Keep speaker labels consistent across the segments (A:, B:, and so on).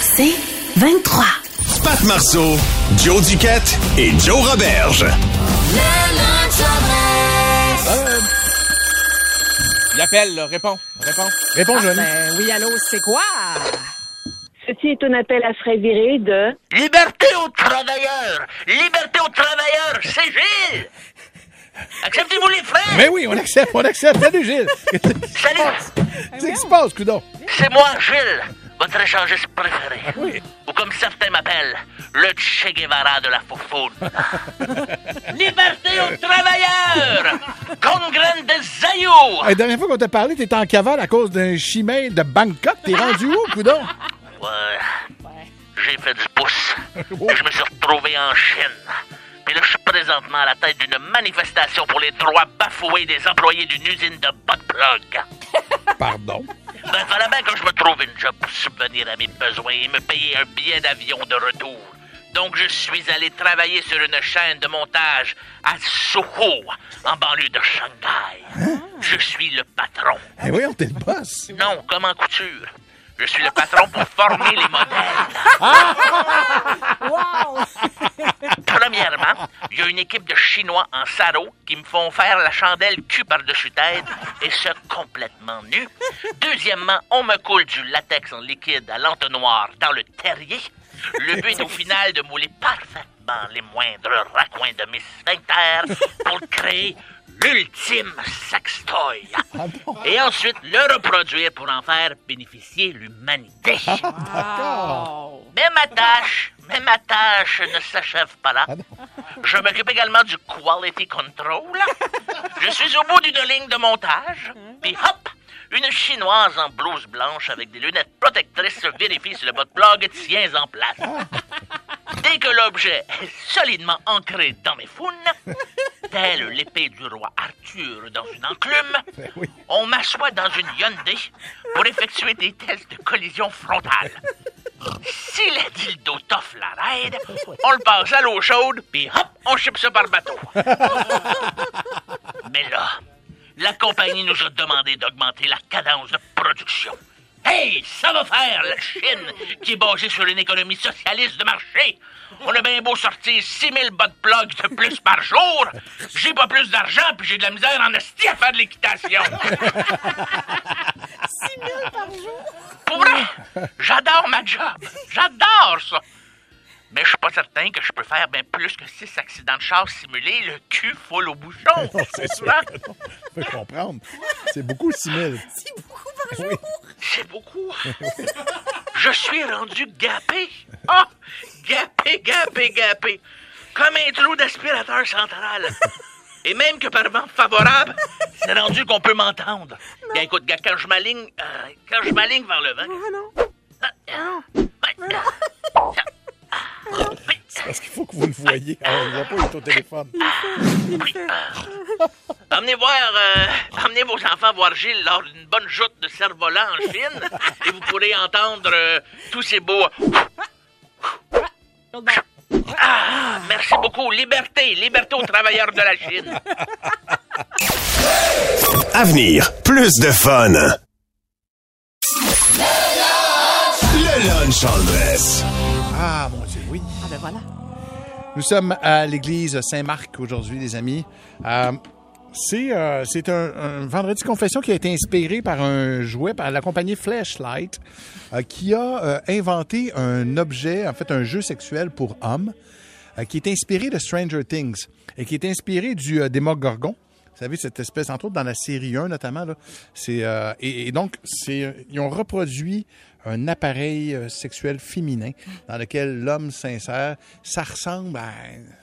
A: C'est 23.
B: Pat Marceau, Joe Duquette et Joe Roberge.
C: Il appelle, là. Réponds. Réponds.
D: Réponds, Joanie.
E: Ben oui, allô, c'est quoi?
F: Ceci est un appel à frais virés de...
G: Liberté aux travailleurs! Liberté aux travailleurs! C'est Gilles! Acceptez-vous les frères?
D: Mais oui, on accepte, on accepte. Salut, Gilles. Qu'est-ce
G: Salut!
D: qui se passe, coudon?
G: C'est moi, Gilles, votre échangiste préféré. Ou comme certains m'appellent, le Che Guevara de la foufoune. Liberté aux travailleurs! Congrès des
D: Hey,
G: Ayous!
D: La dernière fois qu'on t'a parlé, t'étais en cavale à cause d'un chimé de Bangkok. T'es rendu où, coudon?
G: Ouais. J'ai fait du pouce. Et je me suis retrouvé en Chine. Puis là, je suis présentement à la tête d'une manifestation pour les droits bafoués des employés d'une usine de butt plug.
D: Pardon.
G: Ben, fallait bien que je me trouve une job pour subvenir à mes besoins et me payer un billet d'avion de retour. Donc, je suis allé travailler sur une chaîne de montage à Soho, en banlieue de Shanghai. Je suis le patron.
D: Eh oui, on t'est le boss.
G: Non, comme en couture. Je suis le patron pour former les modèles.
E: Wow!
G: Premièrement, il y a une équipe de Chinois en sarrau qui me font faire la chandelle cul par-dessus tête, et ce, complètement nu. Deuxièmement, on me coule du latex en liquide à l'entonnoir dans le terrier. Le but est au final de mouler parfaitement les moindres raccoins de mes sphincters pour créer l'ultime sextoy. Et ensuite, le reproduire pour en faire bénéficier l'humanité.
E: Wow!
G: Mais ma tâche, mais ma tâche ne s'achève pas là. Je m'occupe également du quality control. Je suis au bout d'une ligne de montage, puis hop, une chinoise en blouse blanche avec des lunettes protectrices se vérifie si le bot blog tient en place. Dès que l'objet est solidement ancré dans mes founes, telle l'épée du roi Arthur dans une enclume,
D: oui.
G: on m'assoit dans une Hyundai pour effectuer des tests de collision frontale. Si la dildo t'offre la raide, on le passe à l'eau chaude, puis hop, on chipe ça par bateau. Mais là, la compagnie nous a demandé d'augmenter la cadence de production. Hey, ça va faire la Chine qui est basée sur une économie socialiste de marché. On a bien beau sortir 6000 bottes plugs de plus par jour. J'ai pas plus d'argent, puis j'ai de la misère en esti à faire de l'équitation.
E: 6 000 par jour!
G: Pour vrai, j'adore ma job. J'adore ça. Mais je suis pas certain que je peux faire bien plus que six accidents de char simulés, le cul full au bouchon.
D: c'est sûr.
G: Hein?
D: Je peux comprendre. C'est beaucoup, 6 000.
E: C'est beaucoup par jour!
G: C'est beaucoup. Je suis rendu gapé. Ah! Gapé, gapé, gapé. Comme un trou d'aspirateur central. Et même que par vent favorable, c'est rendu qu'on peut m'entendre. Gars, Écoute, gars, quand je m'aligne, euh, quand je m'aligne vers le vent. Ah, ah, ouais, ah, ah, oui,
D: Parce qu'il faut que vous le voyez. Ah, on ne voit pas, il est au téléphone.
G: oui, ah. Emmenez voir, euh, emmenez vos enfants voir Gilles lors d'une bonne joute de cerf-volant en Chine et vous pourrez entendre euh, tous ces beaux.
E: L'autre bord.
G: Ah, merci beaucoup. Liberté, liberté aux travailleurs de la Chine.
B: Avenir, plus de fun. Le lunch en dress.
D: Ah, mon Dieu, oui.
E: Ah ben voilà.
D: Nous sommes à l'église Saint-Marc aujourd'hui, les amis. Euh, c'est euh, c'est un, un vendredi confession qui a été inspiré par un jouet par la compagnie Flashlight euh, qui a euh, inventé un objet, en fait un jeu sexuel pour hommes euh, qui est inspiré de Stranger Things et qui est inspiré du euh, Démogorgon. Vous savez, cette espèce, entre autres dans la série 1 notamment, là, c'est euh, et, et donc c'est euh, ils ont reproduit un appareil euh, sexuel féminin dans lequel l'homme s'insère. Ça ressemble à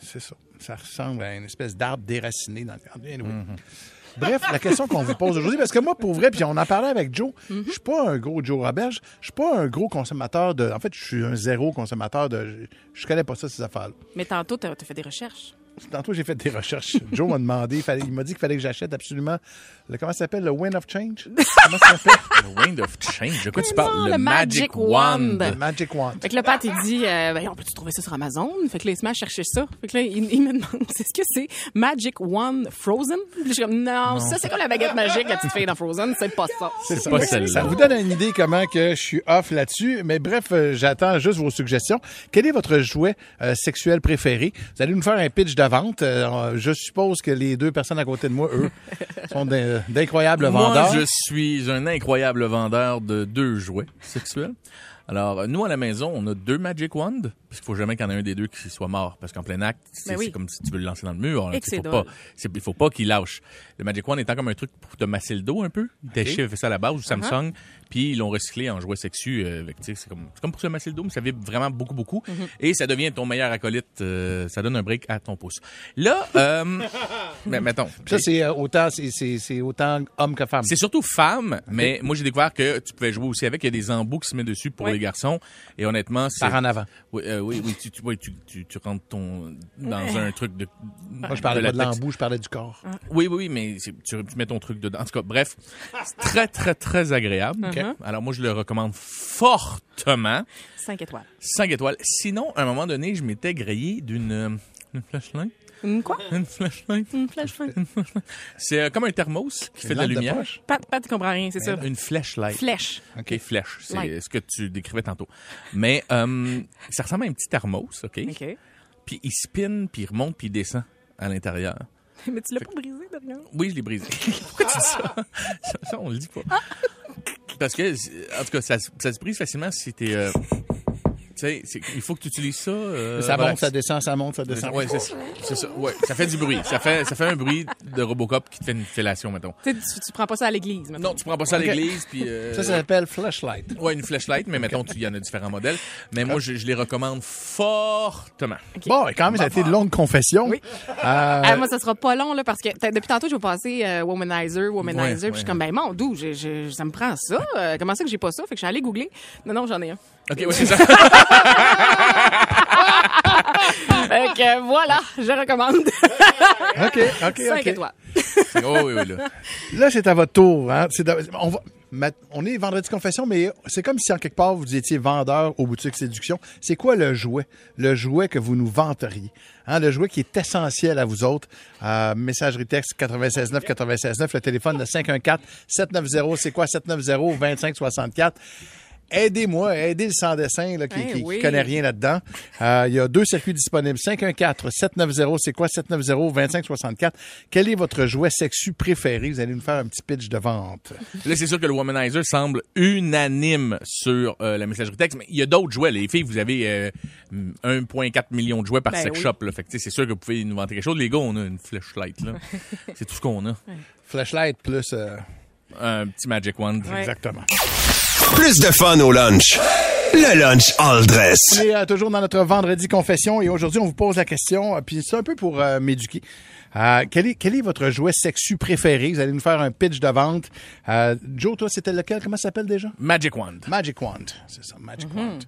D: c'est ça, ça ressemble à une espèce d'arbre déraciné dans le Anyway. Bref, la question qu'on vous pose aujourd'hui, parce que moi, pour vrai, puis on en parlait avec Joe, je suis pas un gros Joe Roberge, je suis pas un gros consommateur de. En fait, je suis un zéro consommateur de. Je connais pas ça, ces affaires-là.
E: Mais tantôt, t'as t'as fait des recherches.
D: Tantôt, j'ai fait des recherches. Joe m'a demandé, il, fallait- il m'a dit qu'il fallait que j'achète absolument le, comment ça s'appelle, le Win of Change? Comment ça s'appelle?
C: Le Wind of Change. De quoi tu parles?
E: Non, le Magic Wand.
C: Ben,
D: Le Magic Wand.
E: Fait que là, Pat, il dit, euh, ben, on peut-tu trouver ça sur Amazon? Fait que là, il se met à chercher ça. Fait que là, il, il me demande, c'est ce que c'est? Magic One Frozen? Puis je suis comme, non, ça, c'est comme la baguette magique, la petite fille dans Frozen. C'est pas ça.
D: ça.
C: pas
D: Fait que
C: celle-là.
D: Ça vous donne une idée comment que je suis off là-dessus. Mais bref, euh, j'attends juste vos suggestions. Quel est votre jouet euh, sexuel préféré? Vous allez nous faire un pitch de vente. Euh, je suppose que les deux personnes à côté de moi, eux, sont d'in- d'incroyables vendeurs.
C: Moi, je suis un incroyable vendeur de deux jouets sexuels. Alors, euh, nous, à la maison, on a deux Magic Wand, parce qu'il faut jamais qu'il y en ait un des deux qui soit mort, parce qu'en plein acte, c'est
E: Ben oui.
C: c'est comme si tu veux le lancer dans le mur.
E: Et que
C: Il faut
E: c'est
C: pas,
E: drôle.
C: c'est- il faut pas qu'il lâche. Le Magic Wand étant comme un truc pour te masser le dos un peu. Taché avait fait ça à la base, ou
E: Uh-huh.
C: Samsung, puis ils l'ont recyclé en jouet sexu. euh, avec, tu sais, c'est comme, c'est comme pour se masser le dos, mais ça vibre vraiment beaucoup, beaucoup.
E: Uh-huh.
C: Et ça devient ton meilleur acolyte. euh, ça donne un break à ton pouce. Là, euh, ben, mettons.
D: Ça, c'est euh, autant, c'est- c'est c'est autant homme que femme.
C: C'est surtout femme, mais moi j'ai découvert que tu pouvais jouer aussi avec. Il y a des embouts qui se mettent dessus pour
E: Ouais.
C: les garçons. Et honnêtement, c'est.
D: Par en avant.
C: Oui, euh, oui, oui, tu, tu, oui, tu, tu, tu rentres ton dans un truc de. Ah.
D: Moi, je parlais pas de
C: latex.
D: l'embout, je parlais du corps.
C: Oui, oui, oui, mais c'est- tu, tu mets ton truc dedans. En tout cas, bref, c'est très, très, très agréable.
E: Uh-huh.
D: Mhm.
C: Alors moi, je le recommande fortement.
E: Cinq étoiles.
C: 5 étoiles. Sinon, à un moment donné, je m'étais grillé d'une euh, une flashlight.
E: Une quoi?
C: Une flashlight.
E: Une flashlight.
C: C'est euh, comme un thermos qui fait de la
D: lampe de
C: lumière.
D: poche.
E: Pat, Pat, tu comprends rien, c'est ça.
C: Une flashlight.
E: Flèche.
C: OK, flèche. C'est
E: Light.
C: ce que tu décrivais tantôt. Mais euh, ça ressemble à un petit thermos, OK?
E: OK.
C: Puis il spin, puis il remonte, puis il descend à l'intérieur.
E: Mais tu l'as pas brisé, Dorian?
C: Oui, je l'ai brisé. Pourquoi tu dis ça? ça? ça, on le dit pas. Parce que, en tout cas, ça, se- ça se brise facilement si t'es... euh, tu sais, c'est- il faut que tu utilises ça... euh,
D: Ça
C: voilà.
D: monte, ça descend, ça monte, ça descend.
C: Ouais, c'est ça. c'est ça. Ouais, ça fait du bruit. Ça fait, ça fait un bruit de Robocop qui te fait une fellation, mettons.
E: Tu, sais, tu tu prends pas ça à l'église, maintenant.
C: Non, tu prends pas ça à
D: Ok.
C: l'église, puis... euh,
D: Ça, ça s'appelle flashlight.
C: Ouais, une flashlight, mais mettons, tu- il y en a différents modèles. Mais moi, je, je les recommande fortement.
D: Bon, et quand même, ça a été de longues confessions. Euh,
E: Ah, moi, ça sera pas long, là, parce que t'as- depuis tantôt, je vais passer euh, Womanizer, Womanizer.
C: Ouais,
E: puis je suis
C: ouais.
E: comme, ben, mon doux, je- je- ça me prend ça. Euh, comment ça que j'ai pas ça? Fait que je suis allée googler. Non, non, j'en ai un.
C: OK, ouais, c'est ça.
E: Fait que euh, voilà, je recommande.
D: OK, OK,
E: Cinq
D: OK.
E: étoiles.
C: oh, oui, oui, là.
D: Là, c'est à votre tour. Hein? C'est de- on, va- ma- on est vendredi confession, mais c'est comme si en quelque part vous étiez vendeur aux boutiques séduction. C'est quoi le jouet? Le jouet que vous nous vanteriez. Hein? Le jouet qui est essentiel à vous autres. Euh, messagerie texte 969 969, le téléphone de 514 790, c'est quoi? 790 2564. Aidez-moi, aidez le sans-dessin là, qui,
E: Eh
D: qui- qui
E: oui.
D: connaît rien là-dedans. Euh, Il y a deux circuits disponibles. 514-790, c'est quoi? 790-2564. Quel est votre jouet sexu préféré? Vous allez nous faire un petit pitch de vente.
C: Là, c'est sûr que le Womanizer semble unanime sur euh, la messagerie texte, mais il y a d'autres jouets. Les filles, vous avez euh, 1,4 million de jouets par
E: Ben
C: sex
E: oui.
C: shop. Là. Fait que, tu sais, c'est sûr que vous pouvez nous inventer quelque chose. Les gars, on a une flashlight. là. c'est tout ce qu'on a.
D: Flashlight plus... euh,
C: Un petit Magic Wand.
E: Ouais.
D: Exactement.
B: Plus de fun au lunch. Le lunch all dress.
D: On est euh, toujours dans notre vendredi confession et aujourd'hui, on vous pose la question, euh, puis c'est un peu pour euh, m'éduquer. Euh, quel, est, quel est votre jouet sexu préféré? Vous allez nous faire un pitch de vente. Euh, Joe, toi, c'était lequel? Comment ça s'appelle déjà?
C: Magic Wand.
D: Magic Wand. C'est ça, Magic Wand.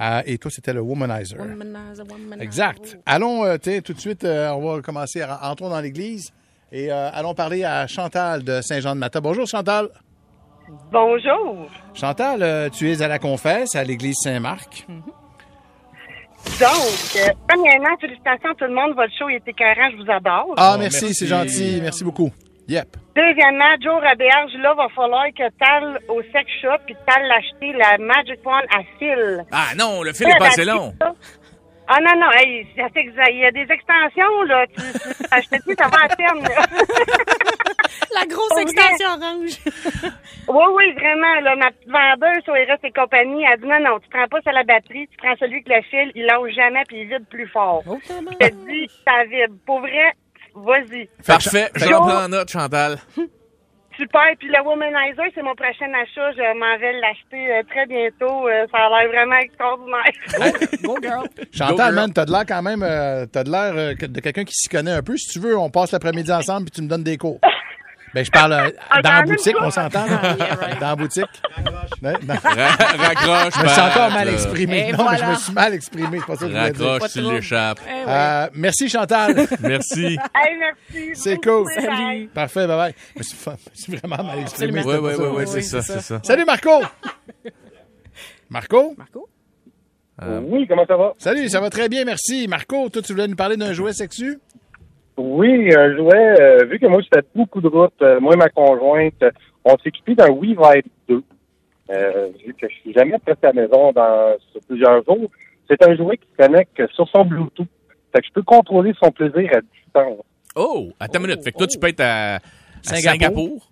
D: Euh, et toi, c'était le Womanizer.
E: Womanizer, womanizer.
D: Exact. Allons, euh, t'sais, tout de suite, euh, on va commencer, à, entrons dans l'église et euh, allons parler à Chantal de Saint-Jean-de-Mata. Bonjour, Chantal.
F: Bonjour.
D: Chantal, euh, tu es à la confesse à l'église Saint-Marc.
F: Donc, euh, premièrement, félicitations à tout le monde. Votre show il est écœurant. Je vous adore.
D: Ah,
C: Oh,
D: merci,
C: merci.
D: c'est gentil. Merci beaucoup. Yep.
F: Deuxièmement, Joe Robéard, là, va falloir que t'ailles au sex shop puis t'ailles l'acheter, la Magic Wand à fil.
C: Ah non, le fil est pas assez long.
F: Ah non, non, hey, ça s'exa- il y a des extensions, là. Tu, tu, ah, je te dis, ça va à terme, là.
E: La grosse
F: Pour
E: extension orange.
F: Oui, oui, vraiment, là, ma petite vendeuse sur les restes et compagnie, elle dit, non, non, tu prends pas ça la batterie, tu prends celui que le fil, il lâche jamais puis il vide plus fort.
C: Oh,
F: Je te dis, ça vibre. Pour vrai, vas-y.
C: Parfait.
F: Fait-
C: Je reprends note, Chantal.
F: Super. Puis le Womanizer, c'est mon prochain achat. Je m'en vais l'acheter euh, très bientôt. Euh, ça a l'air vraiment extraordinaire.
E: Go girl.
D: Chantal,
C: girl.
D: man, t'as de l'air quand même, euh, t'as de l'air euh, que- de quelqu'un qui s'y connaît un peu. Si tu veux, on passe l'après-midi ensemble puis tu me donnes des cours. Ben, je parle euh,
F: Ah,
D: dans la
F: j'en ai
D: boutique,
F: une
D: on s'entend?
E: Ah,
D: là?
E: yeah, right.
D: Dans la boutique? Non, non.
C: Ra- raccroche,
D: Je me suis
C: Pat,
D: encore mal
C: là.
D: exprimé.
E: Euh, Et
D: Non, mais
E: voilà.
D: je me suis mal exprimé. C'est pas ça que je voulais dire.
C: Raccroche,
E: Pas
C: tu
E: trop.
C: l'échappes.
E: Eh ouais.
D: Euh, merci, Chantal.
C: Merci.
F: Hey, merci.
D: C'est
F: beaucoup.
D: cool.
F: Bye.
E: Salut.
D: Parfait, bye bye. Je me suis, fa- je me suis vraiment mal exprimé.
C: Oui,
E: Absolument.
C: oui, oui,
D: c'était pas
C: oui,
D: ça.
E: Oui,
C: c'est ça, c'est ça.
D: Salut, Marco. Marco?
E: Marco?
A: Oui, comment ça va?
D: Salut, ça va très bien, merci. Marco, toi, tu voulais nous parler d'un jouet sexu?
A: Oui, un jouet, euh, vu que moi, je fais beaucoup de routes, euh, moi et ma conjointe, euh, on s'est équipé d'un Wii Vibe 2, euh, vu que je suis jamais presque à la maison dans, sur plusieurs jours. C'est un jouet qui se connecte sur son Bluetooth. Fait que je peux contrôler son plaisir à distance.
C: Oh, attends une minute. Fait que toi, tu peux être à, à Singapour.
D: Singapour.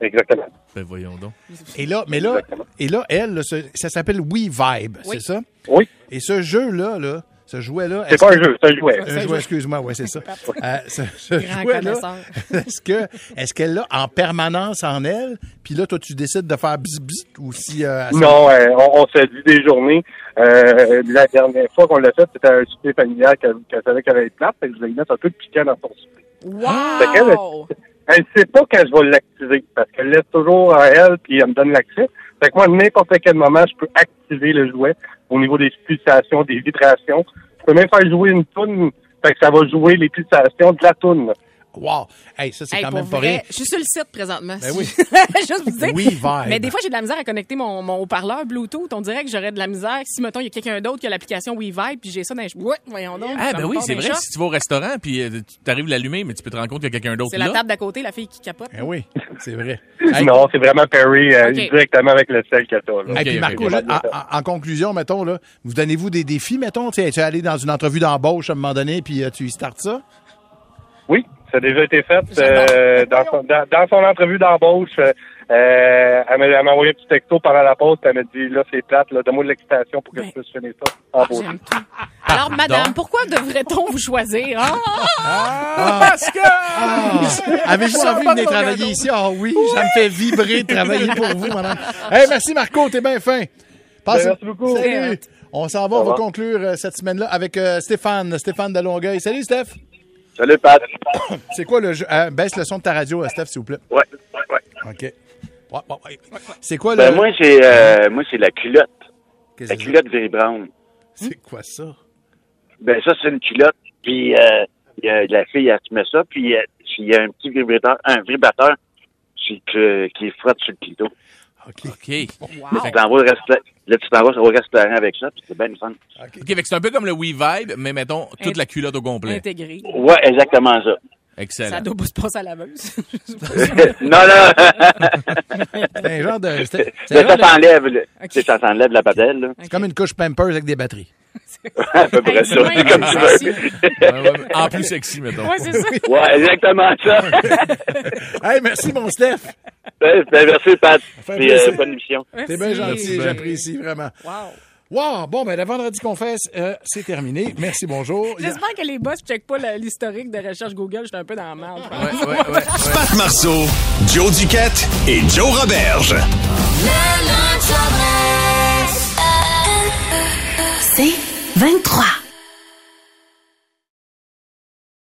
A: Exactement.
C: Ben voyons donc.
D: Et là, mais là,
A: Exactement.
D: et là elle, là, ce- ça s'appelle We Vibe, c'est ça?
A: Oui,
D: Et ce jeu-là, là, ce jouet-là,
A: c'est
D: est-ce
A: pas
D: que-
A: un jeu, c'est un jouet.
D: Un jouet, excuse-moi, oui, c'est ça. Euh, ce ce
E: Grand
D: jouet-là,
E: connaisseur.
D: est-ce que est-ce qu'elle l'a en permanence en elle? Puis là, toi, tu décides de faire bzz bzz ou si euh, elle-
A: Non, euh, on, on se dit des journées. Euh, la dernière fois qu'on l'a fait, c'était à un souper familial qu'elle qu'elle savait qu'elle allait être plate, fait que je lui ai mis un peu de piquant dans son souper.
E: Wow!
A: elle sait pas quand je vais l'activer parce qu'elle laisse toujours à elle puis elle me donne l'accès. Fait que moi, à n'importe quel moment, je peux activer le jouet au niveau des pulsations, des vibrations. Je peux même faire jouer une toune. Fait que ça va jouer les pulsations de la toune.
D: Wow! Hey, ça, c'est
E: Hey,
D: quand
E: pour
D: même pas
E: vrai,
D: rien.
E: Je suis sur le site présentement.
D: Ben oui.
E: Juste vous dire.
D: Oui, vibe.
E: Mais des fois, j'ai de la misère à connecter mon, mon haut-parleur Bluetooth. On dirait que j'aurais de la misère si, mettons, il y a quelqu'un d'autre qui a l'application WeVibe, puis j'ai ça dans les cheveux. Ouais, voyons donc. ça
C: Ah, ben
E: me
C: oui,
E: part
C: c'est
E: dans
C: vrai.
E: les
C: Si tu vas au restaurant, puis euh, tu t'arrives à l'allumer, mais tu peux te rendre compte qu'il y a quelqu'un
E: chats.
C: d'autre
E: C'est
C: là.
E: la table d'à côté, la fille qui capote.
D: Eh oui, c'est vrai. Hey,
A: Non, c'est vraiment Perry euh,
E: Ok.
A: directement avec le sel qu'elle a. là.
D: Hey,
C: Ok,
D: puis
C: ok,
D: Marco,
C: ok.
D: juste en, en- en conclusion, mettons, là, vous donnez-vous des défis, mettons? Tu sais, tu es allé dans une entrevue d'embauche à un moment donné, puis euh, tu y startes ça?
A: Oui, ça a déjà été fait euh, dans, son, dans, dans son entrevue d'embauche. euh, euh, elle m'a elle m'a envoyé un petit texto pendant la pause, puis elle m'a dit là c'est plate, là, donne-moi de l'excitation pour que
E: Ben.
A: je puisse finir ça en beauté.
E: J'aime tout. Alors, madame, pourquoi devrait-on vous choisir? hein?
D: Avez-vous envie de venir travailler ici? Ah oui, ça me fait vibrer de travailler pour vous, madame. Hey, merci Marco, t'es bien fin. Passe-
A: Ben, merci beaucoup.
D: Salut. On s'en va, on va
A: revoir.
D: conclure euh, cette semaine-là avec euh, Stéphane, Stéphane de Longueuil. Salut Steph.
A: Salut Pat.
D: C'est quoi le jeu? euh, baisse le son de ta radio, euh, Steph, s'il vous plaît.
H: Ouais, ouais, ouais.
D: OK. Ouais, ouais, ouais. C'est quoi le.
H: Ben, moi, j'ai, euh, moi, c'est la culotte.
D: Qu'est-ce
H: La
D: que c'est?
H: culotte vibrante. Hmm?
D: C'est quoi ça?
H: Ben, ça, c'est une culotte. Puis, euh, y a- la fille, elle se met ça. Puis, euh, il y a un petit vibrateur, un vibrateur qui, que- qui frotte sur le clito.
D: OK.
H: Ah.
C: OK. OK,
H: Là, tu t'en vas au resta- là, tu t'en vas au restaurant avec ça. Puis, c'est bien le fun.
C: fait que c'est un peu comme le We Vibe, mais mettons toute la culotte au complet.
E: Intégré.
G: Oh,
H: Ouais, exactement ça.
E: Ça
C: Excellent.
E: doit pas se passer à la laveuse.
H: non, non.
D: C'est un genre de. C'est c'est
H: Mais
D: un genre
H: ça
D: de-
H: t'enlève, là. Tu
E: Ok.
H: sais, Ça t'enlève la badelle, là.
D: c'est comme une couche Pampers avec des batteries.
H: à peu près ça.
E: Hey, c'est
H: Comme
E: bien
H: tu veux.
E: sexy.
C: Ouais, ouais, en plus sexy, mettons.
E: Ouais, c'est ça.
H: Ouais, exactement ça.
D: Hey, merci, mon Steph.
H: Ben, ben, merci, Pat.
D: fait
H: Puis,
D: plaisir.
H: euh, bonne émission.
D: T'es
E: Merci.
D: bien gentil, j'apprécie vraiment.
E: Wow.
D: Wow! Bon, ben, le vendredi confesse, euh, c'est terminé. Merci, bonjour.
E: J'espère que les boss checkent pas la- l'historique de recherche Google. J'étais un peu dans la merde.
C: Ouais, ouais, ouais.
B: Pat Marceau, Joe Duquette et Joe Roberge.
I: C'est 23.